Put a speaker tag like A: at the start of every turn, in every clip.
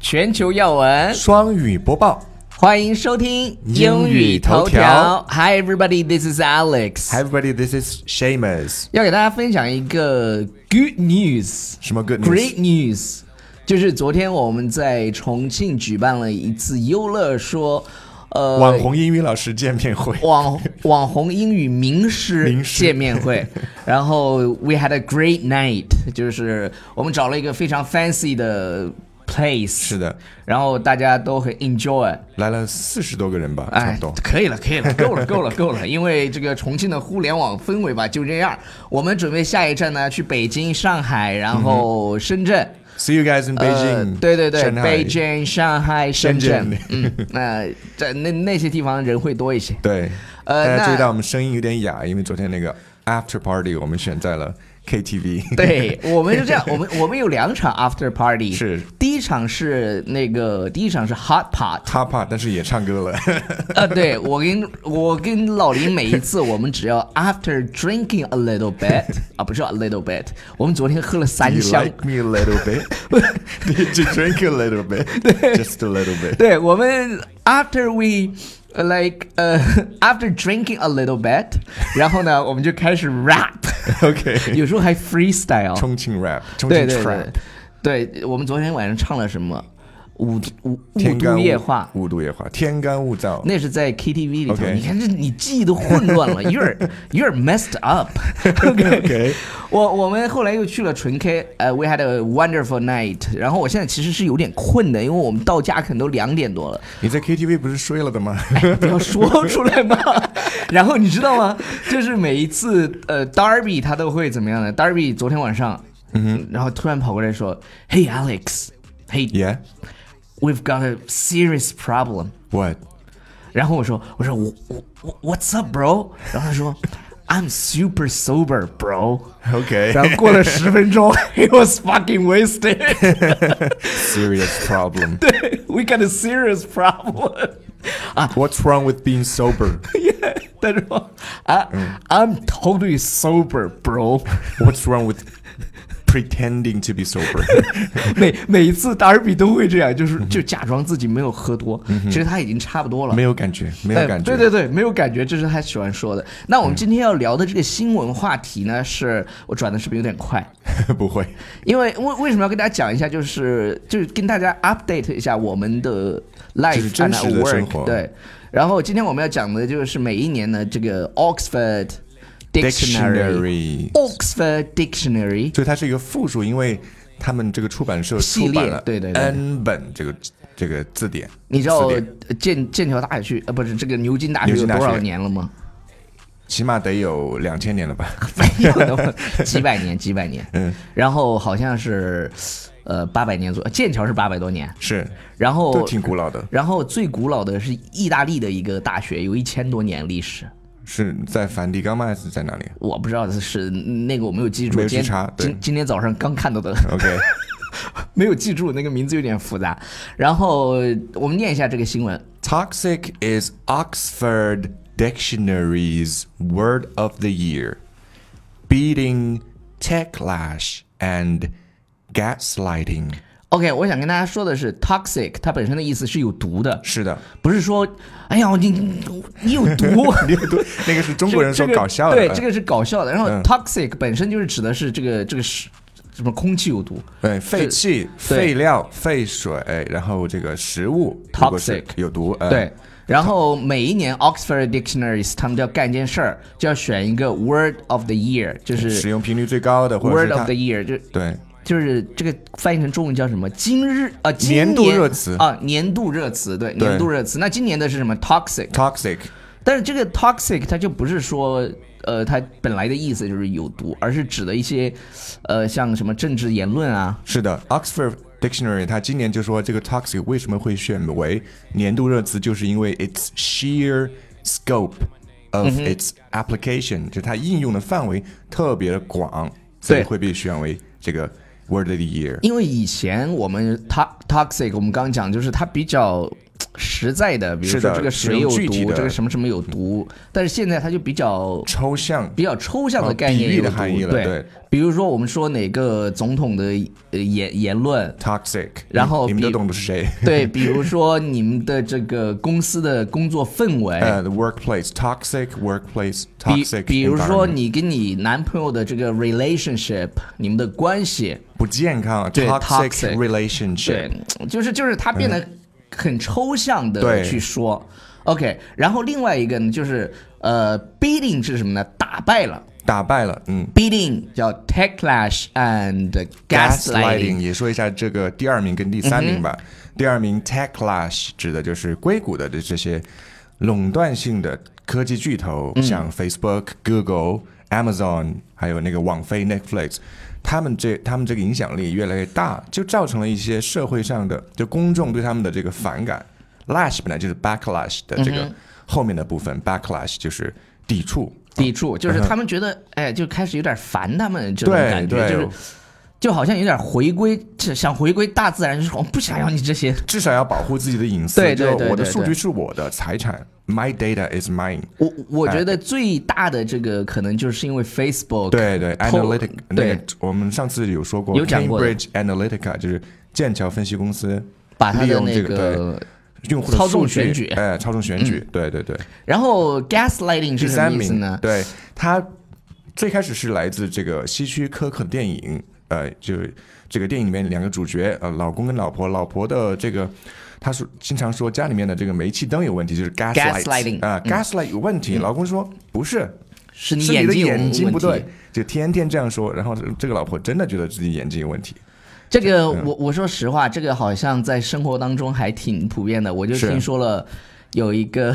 A: 全球要闻，
B: 双语播报。
A: 欢迎收听英语头
B: 英语头
A: 条。
B: 条
A: Hi everybody, this is Alex。
B: Hi everybody, this is Shamus。
A: 要给大家分享一个 good news，
B: 什么 good
A: Great
B: news？
A: news，就是昨天我们在重庆举办了一次优乐说，呃，
B: 网红英语老师见面会。
A: 网网红英语名师
B: 名师
A: 见面 会，然后 we had a great night，就是我们找了一个非常 fancy 的 place，
B: 是的，
A: 然后大家都很 enjoy，
B: 来了四十多个人吧，哎差
A: 哎
B: 不多，。
A: 可以了，可以了， 够了，够了，够了，因为这个重庆的互联网氛围吧就这样，我们准备下一站呢去北京、上海，然后深圳。
B: See you guys in
A: 呃
B: Beijing。
A: 对对对，
B: 上海
A: 北。京、上海、深圳
B: 深，
A: 嗯， 那在那那些地方人会多一些。
B: 对，
A: 呃
B: 大家注意
A: 那
B: 到我们声音有点哑，因为昨天那个 after party 我们选在了 KTV。
A: 对我们是这样，我们我们有两场 after party，
B: 是
A: 第一场是那个第一场是 hot pot，
B: 他怕，但是也唱 歌了。
A: 呃，对我跟我跟老林每一次，我们只要 after drinking a little bit 啊，不是 a little bit，我们昨天喝了
B: You
A: 三箱。
B: like me a little bit? Did you drink a little bit? Just a little bit.
A: 对我们 after we uh, like 呃、after drinking a little bit，然后呢，我们就开始 rap，
B: OK，
A: 有时候还 freestyle。
B: 重庆 rap，重
A: 对
B: 庆
A: 对
B: trap，
A: 对，对我们昨天晚上唱了什么？五五雾
B: 天干
A: 都
B: 物
A: 夜话，
B: 雾都夜话，天干物燥。
A: 那是在 KTV 里头。
B: OK
A: 你看这你记忆都混乱 了，you're you're messed up。OK
B: OK
A: 我我们后来又去了纯 K，呃、w e had a wonderful night。然后我现在其实是有点困的，因为我们到家可能都两点多了。
B: 你在 KTV 不是睡了 的吗？
A: 不要 说出来嘛。然后你知道吗？就是每一次呃，Darby 他都会怎么样呢？Darby 昨天晚上，嗯，然后突然跑过来说：“Hey Alex，Hey，we've
B: yeah.
A: got a serious problem。”
B: What?
A: 然后我说：“我说我我我 What's up, bro？” 然后他说：“I'm super sober, bro。”
B: OK.
A: 然后过了十分钟 ，He was fucking wasted.
B: Serious problem.
A: 对，We got a serious problem. 啊，
B: What's wrong with being sober?
A: 他说啊，I'm totally sober, bro.
B: What's wrong with pretending to be sober?
A: 每每一次达尔比都会这样，
B: 嗯
A: 就是就假装自己没有喝多，其实他已经差不多了。
B: 没有感觉，没有
A: 哎
B: 感觉。
A: 对对对，没有感觉，这是他喜欢说的。那我们今天要聊的这个新闻话题呢，是我转的是不是有点快？
B: 对， 不会。
A: 因为为为什么要跟大家讲一下，就是就是跟大家 update 一下我们的
B: 就
A: life
B: 是真
A: and
B: 实的
A: work
B: 生活
A: 对，然后今天我们要讲的就是每一年的这个 Oxford Dictionary。
B: Dictionary，
A: Oxford Dictionary
B: 所以它是一个复数，因为他们这个出版社
A: 系
B: 出
A: 列
B: 版了
A: 对对对
B: n 本这个这个字典。
A: 你知道
B: 词典
A: 剑剑桥大学呃不是这个牛津大学
B: 牛
A: 有
B: 津大
A: 多
B: 学
A: 少年了吗？
B: 起码得有两千年了吧？
A: 没有的，几百年几百年。嗯，然后好像是呃八百年左右，剑桥是八百多年，
B: 是，
A: 然后
B: 都挺古老的，
A: 然后最古老的是意大利的一个大学，有一千多年历史。
B: 是在梵蒂冈吗？还是在哪里
A: 我不知道是那个我没有记住，
B: 没有
A: 今天
B: 去查对
A: 今今天早上刚看到的，
B: ？OK，
A: 没有记住那个名字有点复杂。然后我们念一下这个新闻。
B: Toxic is Oxford Dictionary's word of the year, beating techlash and gaslighting.
A: OK，我想跟大家说的是，toxic 它本身的意思是有毒的，
B: 是的，
A: 不是说，哎呀，你你你有毒。
B: 你有多 那个是中
A: 中
B: 国人说搞笑的，
A: 对，这个是搞笑的。然后
B: 嗯
A: toxic 本身就是指的是这个这个是什么空气有毒，
B: 对废气、
A: 对
B: 废料、废水，然后这个食物
A: Toxic
B: 如果是有毒，呃
A: 对。然后每一年 Oxford Dictionaries 他们就要干一件事儿，就要选一个 Word of the Year，就
B: 使
A: 是
B: 用频率最高的，或者是
A: Word of
B: 它
A: the Year，就
B: 对
A: 就是这个翻译成中文叫什么？今日啊，今
B: 年度
A: 年
B: 热词
A: 啊，年度热词，对，
B: 对
A: 年度热词。那今年的是什么？toxic，
B: toxic
A: 但是这个 toxic 它就不是说，呃，它本来的意思就是有毒，而是指的一些，呃，像什么政治言论啊，
B: 是的，Oxford Dictionary 它今年就说这个 toxic 为什么会选为年度热词，就是因为 its sheer scope
A: 嗯
B: of its application，、就它应用的范围特别的广，所以
A: 对
B: 会被选为这个 word of the year。
A: 因为以前我们 to- toxic，我们刚讲就是它比较实在的，比如
B: 是的
A: 说这个水有
B: 是用具体
A: 毒，
B: 的
A: 这个什么什么有毒，但是现在它就比较
B: 抽象
A: 比较抽象的概
B: 呃比
A: 念
B: 喻
A: 有
B: 的
A: 毒，
B: 含义了
A: 对，
B: 对
A: 比如说我们说哪个总统的呃言言 论，
B: toxic，
A: 然后
B: 你们都
A: 比
B: 懂的是谁？
A: 对，比如说你们的这个公司的工作氛围，
B: 呃、t h e workplace toxic workplace
A: 比
B: toxic，
A: 比如说
B: environment
A: 你跟你男朋友的这个 relationship，你们的关系，
B: 不健康
A: 对
B: toxic
A: toxic，对嗯
B: relationship，，
A: 就是就是它变得很抽象的
B: 对
A: 去说。OK，然后另外一个呢，就是呃，beating 是什么呢？打败了
B: 打败了，嗯。
A: ，beating 叫 techlash and gaslighting。
B: 也说一下这个第二名跟第三名吧。第二名 Techlash 指的就是硅谷的这这些垄断性的科技巨头，像 Facebook、Google、Amazon，还有那个网飞 Netflix，他们这他们这个影响力越来越大，就造成了一些社会上的就公众对他们的这个反感。Lash 本来就是 backlash 的这个后面的部分、b a c k l a s h 就是抵触。
A: 抵触，就是他们觉得，哎，就开始有点烦他们这种
B: 嗯对
A: 感觉，
B: 对
A: 就是就好像有点回归，想回归大自然，就是我不想要你这些。
B: 至少要保护自己的隐私，
A: 对对
B: 就
A: 对
B: 我的
A: 对
B: 数
A: 对
B: 据是我的财产，my data is mine。
A: 我我觉得最大的这个可能就是因为 Facebook
B: 哎对对
A: 偷
B: ，analytic 那
A: 对
B: 个我们上次有说过
A: 有讲过的
B: ，Cambridge Analytica 就是剑桥分析公司
A: 把它
B: 利
A: 的
B: 用
A: 那
B: 这个
A: 个，
B: 对用户的
A: 操纵
B: 数据
A: 选举嗯
B: 哎，操纵选举，对对对。
A: 然后 gaslighting
B: 第
A: 是什
B: 三
A: 么意思
B: 名
A: 呢？
B: 对他最开始是来自这个希区柯克电影，呃，就是这个电影里面两个主角，呃，老公跟老婆，老婆的这个。他说：“经常说家里面的这个煤气灯有问题，就是 gaslight
A: Gaslighting，
B: 啊、g a s l i g h t 有问题。老公说：“不是，
A: 是你
B: 是你的
A: 睛有
B: 眼睛
A: 问
B: 不
A: 题
B: 对。”就天天这样说。然后这个老婆真的觉得自己眼睛有问题。
A: 这个我我说实话，这个好像在生活当中还挺普遍的。我就是听说了有一 个，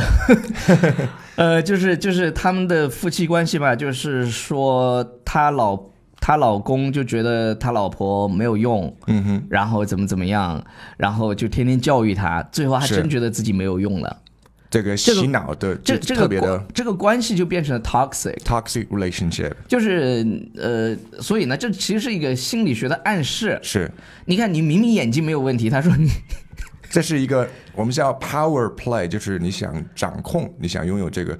A: 呃，就是就是他们的夫妻关系吧，就是说他老他老公就觉得他老婆没有用，
B: 嗯哼，
A: 然后怎么怎么样，然后就天天教育他，最后他
B: 是
A: 真觉得自己没有用了。
B: 这个
A: 这个
B: 洗脑的，
A: 这
B: 就
A: 这
B: 特
A: 个
B: 别的
A: 关这个关系就变成了 toxic，
B: toxic relationship
A: 就是呃，所以呢，这其实是一个心理学的暗示。
B: 是，
A: 你看，你明明眼睛没有问题，他说你
B: 这是一个我们叫 power play，就是你想掌控，你想拥有这个，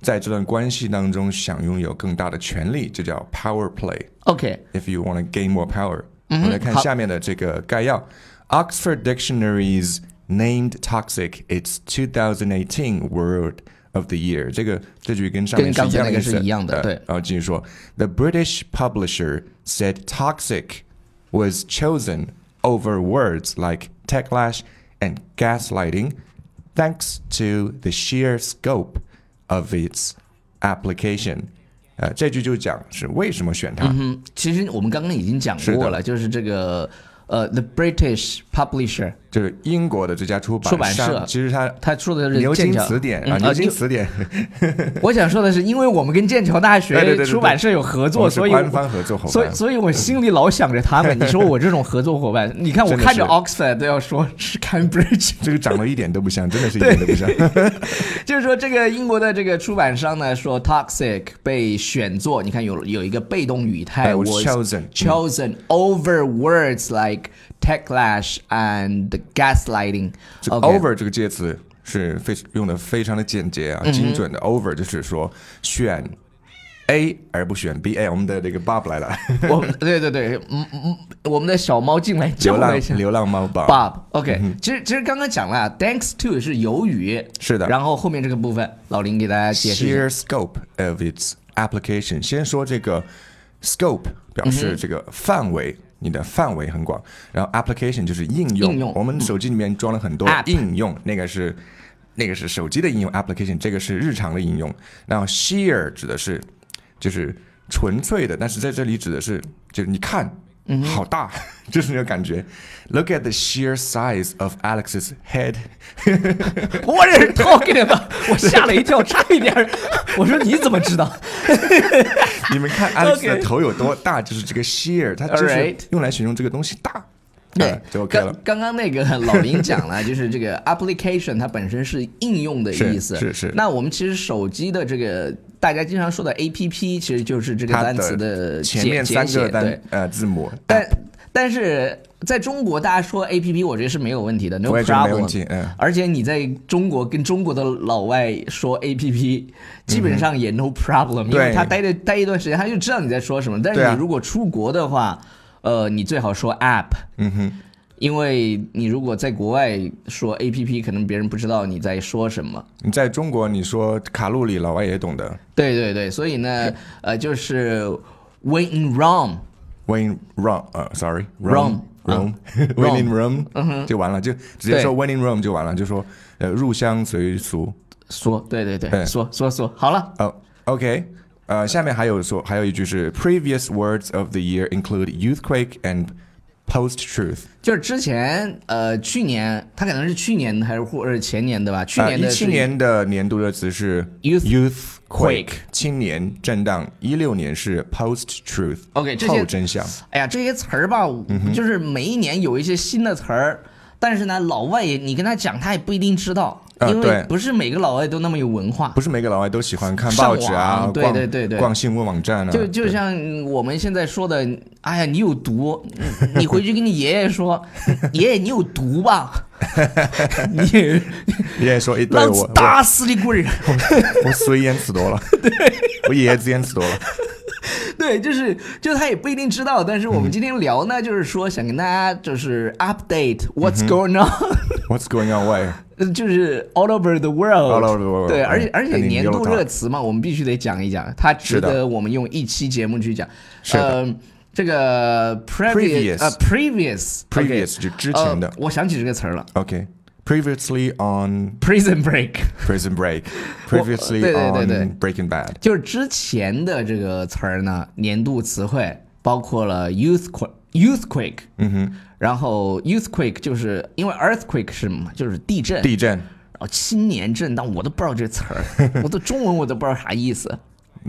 B: 在这段关系当中想拥有更大的权利，这叫 power play。
A: OK。
B: If you want to gain more power，、
A: 嗯哼
B: 我们来看
A: Mm-hmm. 好
B: 下面的这个概要：Oxford Dictionary's named toxic its 2018 word of the year。这个这句跟上面是
A: 跟
B: 一样的意
A: 刚才那个
B: 思，
A: 是一样的
B: 呃
A: 对
B: 然后继续说，The British publisher said toxic was chosen over words like techlash and gaslighting, thanks to the sheer scope of its application。呃，这句就讲是为什么选它。
A: 嗯，其实我们刚刚已经讲
B: 是
A: 过
B: 的
A: 了，就是这个呃，The British Publisher，
B: 就是英国的这家出版
A: 出版社
B: 商其实它
A: 他说的是
B: 牛
A: 剑
B: 津
A: 桥
B: 词典
A: 嗯
B: 啊，牛津
A: 牛
B: 词典，
A: 我想说的是，因为我们跟剑桥大
B: 对对对
A: 学
B: 对对
A: 出版社有合
B: 我
A: 作，
B: 们是
A: 所以
B: 官方合作伙
A: 所以
B: 伴。
A: 所以我心里老想着他们。你说我这种合作伙伴，你看我
B: 真的
A: 看着
B: 是
A: Oxford 都要说是 Cambridge，
B: 这个长得一点都 不像，真的是一点都不像。
A: 就是说这个英国的这个出版商呢，说 toxic 被选作，你看有有一个被动语态
B: 哎我
A: was
B: chosen，嗯
A: chosen over words like techlash and gaslighting
B: 这个
A: OK。
B: over 这个介词是非用的非常的简洁
A: 嗯
B: 啊，精准的 over 就是说选 A 而不选 B。哎，我们的这个 Bob 来了，
A: 我们对对对，嗯嗯，我们的小猫进来叫
B: 流
A: 了
B: 浪
A: 一下。
B: 流浪嗯猫 Bob。
A: Bob，OK，、其实其实刚刚讲了，thanks to 是由于，
B: 是的
A: 然后后面这个部分，老林给大家解释一下。
B: Sheer scope of its application，先说这个 scope 表
A: 嗯
B: 示这个范围。你的范围很广，然后 application 就是应用。
A: 应用嗯
B: 我们手机里面装了很多
A: App
B: 应用，那个是那个是手机的应用 application，这个是日常的应用。然后 sheer 指的是就是纯粹的，但是在这里指的是就是你看，
A: 嗯
B: 好大， 就是那个感觉。Look at the sheer size of Alex's head
A: 我这是 talking about，我吓了一跳，差一点儿，我说你怎么知道？
B: 你们 看 Alex 的
A: Okay
B: 头有多大，就是这个 sheer，它就是
A: Alright
B: 用来形容这个东西大，
A: 对
B: 哎，就 OK
A: 刚
B: 了。
A: 刚刚那个老林讲 了，就是这个 application 它本身是应用的
B: 是
A: 意思。
B: 是是
A: 那我们其实手机的这个大家经常说的 APP，其实就是这个
B: 它
A: 单词
B: 的
A: 的
B: 前
A: 简
B: 面三
A: 简
B: 个
A: 写对
B: 单呃字母，
A: 但但是在中国，大家说 A P P，我觉得是没有问题的，no
B: 我也觉得没问
A: problem
B: 题。嗯
A: 而且你在中国跟中国的老外说 A P P，基本上也 no problem，、因为
B: 嗯对
A: 他待的待一段时间，他就知道你在说什么。但
B: 对
A: 是
B: 啊
A: 你如果出国的话，呃，你最好说 app，
B: 嗯哼，
A: 因为你如果在国外说 A P P，可能别人不知道你在说什么。
B: 你在中国你说卡路里，老外也懂的。
A: 对对对，所以呢，呃，就是 when in Rome，
B: When Rome，呃，sorry，Rome
A: Rome，
B: Rome
A: 嗯
B: When in Rome 就完了，就直接
A: 对
B: 说 When in Rome 就完了，就说呃入乡随俗。
A: 说，对对对，
B: 对
A: 说说说，好了，
B: 哦，OK，呃，下面还有说，还有一句是 Previous words of the year include youthquake and post truth。
A: 就是之前呃去年，他可能是去年还是或者前年的吧，去年
B: 呃啊一
A: 的
B: 七、
A: 是
B: 17年的年度热词是
A: Youth-
B: youthquake
A: quake
B: 青年震荡，一六年是 post truth。
A: OK，这些
B: 后真相。
A: 哎呀，这些词儿吧，
B: 嗯
A: 就是每一年有一些新的词儿，但是呢，老外也你跟他讲，他也不一定知道，
B: 啊
A: 因
B: 对啊
A: 为不是每个老外都那么有文化
B: 不。是每个老外都喜欢看报纸
A: 上
B: 啊，
A: 网对
B: 逛
A: 对对对
B: 逛新闻网站啊，
A: 就就像我们现在说的，哎呀，你有 毒，你你回去跟你爷爷说，爷爷你有毒吧， 你
B: 对爷爷说一 堆
A: 老
B: 我
A: 子
B: 我
A: 打死你滚！
B: 我随烟 吃多了，我爷子烟吃多了，
A: 对，就是就他也不一定知道，但是我们今天聊呢，就是说想跟大家就是 update what's
B: 嗯
A: going on，、
B: What's going on? Why?
A: 就是 all over the world。
B: All over the world，
A: 对，
B: 嗯
A: 而且而且
B: and in
A: 年度
B: Europe
A: 热词嘛，我们必须得讲一讲，它值
B: 是的
A: 得我们用一期节目去讲。
B: 是的
A: 呃这个
B: Previous
A: previous 呃 previous
B: Previous 就之前的
A: 呃，我想起这个词儿了
B: OK. Previously on
A: ，prison break。
B: Prison Break. Previously
A: 对对对
B: on
A: 对
B: Breaking Bad.
A: 就是之前的这个词儿呢，年度词汇包括了 youthquake、youthquake，嗯哼，然后 youthquake 就是因为 earthquake 是什么？就是地震，
B: 地震，
A: 然后青年震荡，我都不知道这词 儿，我的中文我都不知道啥意思，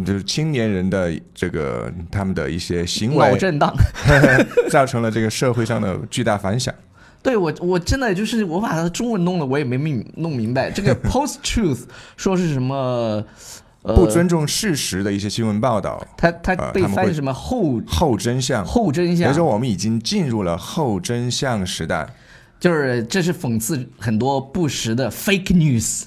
B: 就是青年人的这个他们的一些行
A: 脑
B: 为，
A: 震荡。
B: 造成了这个社会上的巨大反响。
A: 对我，我真的就是我把它的中文弄了，我也没明弄明白。 这个 post truth 说是什么？呃，
B: 不尊重事实的一些新闻报道，
A: 它它
B: 呃
A: 被
B: 他们
A: 翻
B: 会
A: 译什么后
B: 后真相。
A: 后真
B: 也就
A: 相
B: 是？说，我们已经进入了后真相时代。
A: 就是这是讽刺很多不实的 fake news。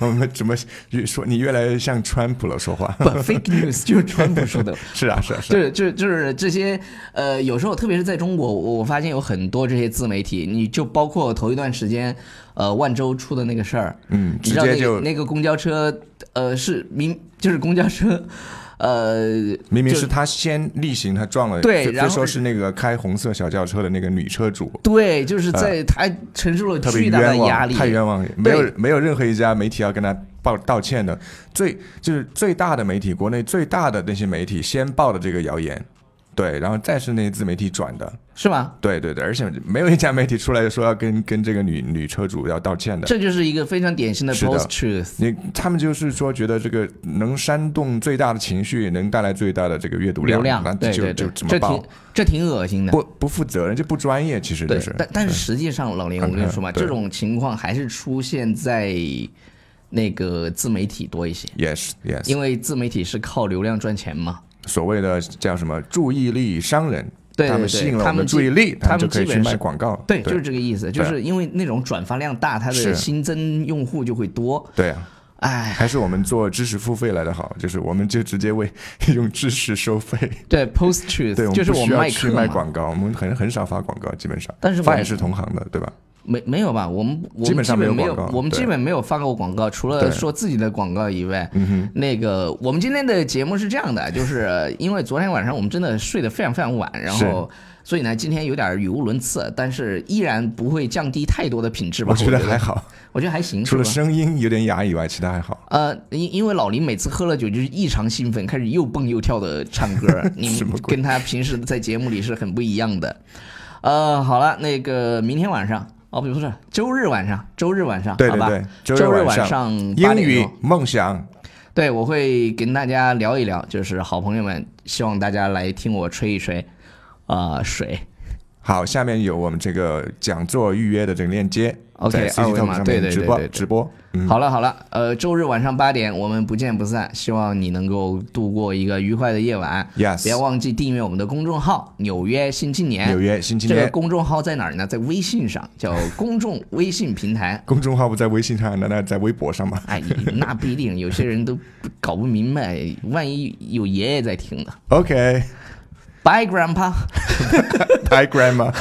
B: 我们怎么越说你越来越像川普了说话？
A: 不，fake news 就是川普说的，
B: 是啊，是啊，是
A: 就
B: 啊。
A: 是就是就是这些呃，有时候特别是在中国，我我发现有很多这些自媒体，你就包括头一段时间，呃，万州出的那个事儿，
B: 嗯，
A: 你
B: 直
A: 知道
B: 接
A: 那个
B: 就
A: 那个公交车，呃，是明就是公交车，呃，
B: 明明
A: 就是
B: 他先例行，他撞了，
A: 对
B: 非
A: 然后
B: 非说是那个开红色小轿车的那个女车主，
A: 对，就是在他承受了
B: 呃特别
A: 巨大的
B: 冤
A: 压
B: 枉，
A: 力，
B: 太冤枉，没有没有任何一家媒体要跟他报道歉的。最就是最大的媒体，国内最大的那些媒体先报的这个谣言，对，然后再是那些自媒体转的，
A: 是吗？
B: 对对对，而且没有一家媒体出来说要跟跟这个女女车主要道歉的。
A: 这就是一个非常典型的
B: 是的
A: post truth。
B: 你他们就是说，觉得这个能煽动最大的情绪，能带来最大的这个阅读
A: 流量
B: 那，
A: 对
B: 就
A: 对对
B: 就，怎么
A: 这
B: 报
A: 挺？这挺恶心的，
B: 不不负责任，这不专业，其实就
A: 对
B: 是，。嗯
A: 但但是实际上，老林，我跟你说嘛，
B: 对
A: 这种情况还是出现在那个自媒体多一些，
B: yes yes，
A: 因为自媒体是靠流量赚钱嘛。
B: 所谓的叫什么注意力商人，
A: 对对
B: 他
A: 对
B: 们吸引了
A: 他
B: 我
A: 们
B: 的注
A: 基
B: 意力，他
A: 他
B: 们
A: 们
B: 就可以
A: 基
B: 去
A: 本
B: 卖
A: 是
B: 广告。
A: 对，
B: 对
A: 就是这个意思，就是因为那种转发量大，它
B: 是
A: 的新增用户就会多。
B: 对啊，
A: 哎，
B: 还是我们做知识付费来的好，就是我们就直接为 用知识收 费。
A: 对，post truth
B: 对，我
A: 就是
B: 不
A: 我
B: 需
A: 们
B: 要
A: 卖
B: 去
A: 课
B: 卖
A: 嘛，
B: 广告，我们很很少发广告，基本上。
A: 但是我
B: 发
A: 们
B: 也是同行的，对吧？
A: 没没有吧？我们我们
B: 基本上没有
A: 没有
B: 广告
A: 我们
B: 对
A: 基本没有发过广告，除
B: 对嗯
A: 了说自己的广告以外，那个我们今天的节目是这样的， 就是因为昨天晚上我们真的睡得非常非常晚，然后所以呢今天有点语无伦次，但是依然不会降低太多的品质吧？
B: 我
A: 我
B: 觉得还，好，
A: 我觉得还啊行，
B: 除了
A: 是吧。
B: 声音有点哑以外，其他还好。
A: 呃，因因为老林每次喝了酒就是异常兴奋，开始又蹦又跳的唱歌， 你
B: 什么鬼
A: 跟他平时在节目里是很不一样的。呃，好了，那个明天晚上哦，不是周日晚上，周日晚上，
B: 对
A: 好
B: 对
A: 吧
B: 对，
A: 周
B: 日
A: 晚
B: 上
A: 嗯八
B: 英
A: 点
B: 语
A: 钟，
B: 梦想，
A: 对，我会跟大家聊一聊，就是好朋友们，希望大家来听我吹一吹，啊、水。
B: 好，下面有我们这个讲座预约的这个链接，
A: OK，
B: 在
A: 二
B: CC
A: 维
B: Talk
A: 码，
B: 上
A: 对
B: 面
A: 对
B: 直
A: 对
B: 播
A: 对
B: 直
A: 对。
B: 播。嗯，
A: 好了好了，呃，周日晚上八点我们不见不散，希望你能够度过一个愉快的夜晚。
B: Yes
A: 不要忘记订阅我们的公众号《纽约新青年》。
B: 纽约新青
A: 这个
B: 年
A: 公众号在哪儿呢？在微信上， 叫公众微信平台。
B: 公众号不在微信上，难道在微博上吗？
A: 哎，那不一定，有些人都不搞不明白，万一有爷爷在听呢。
B: OK，
A: Bye, Grandpa。
B: Hi Grandma。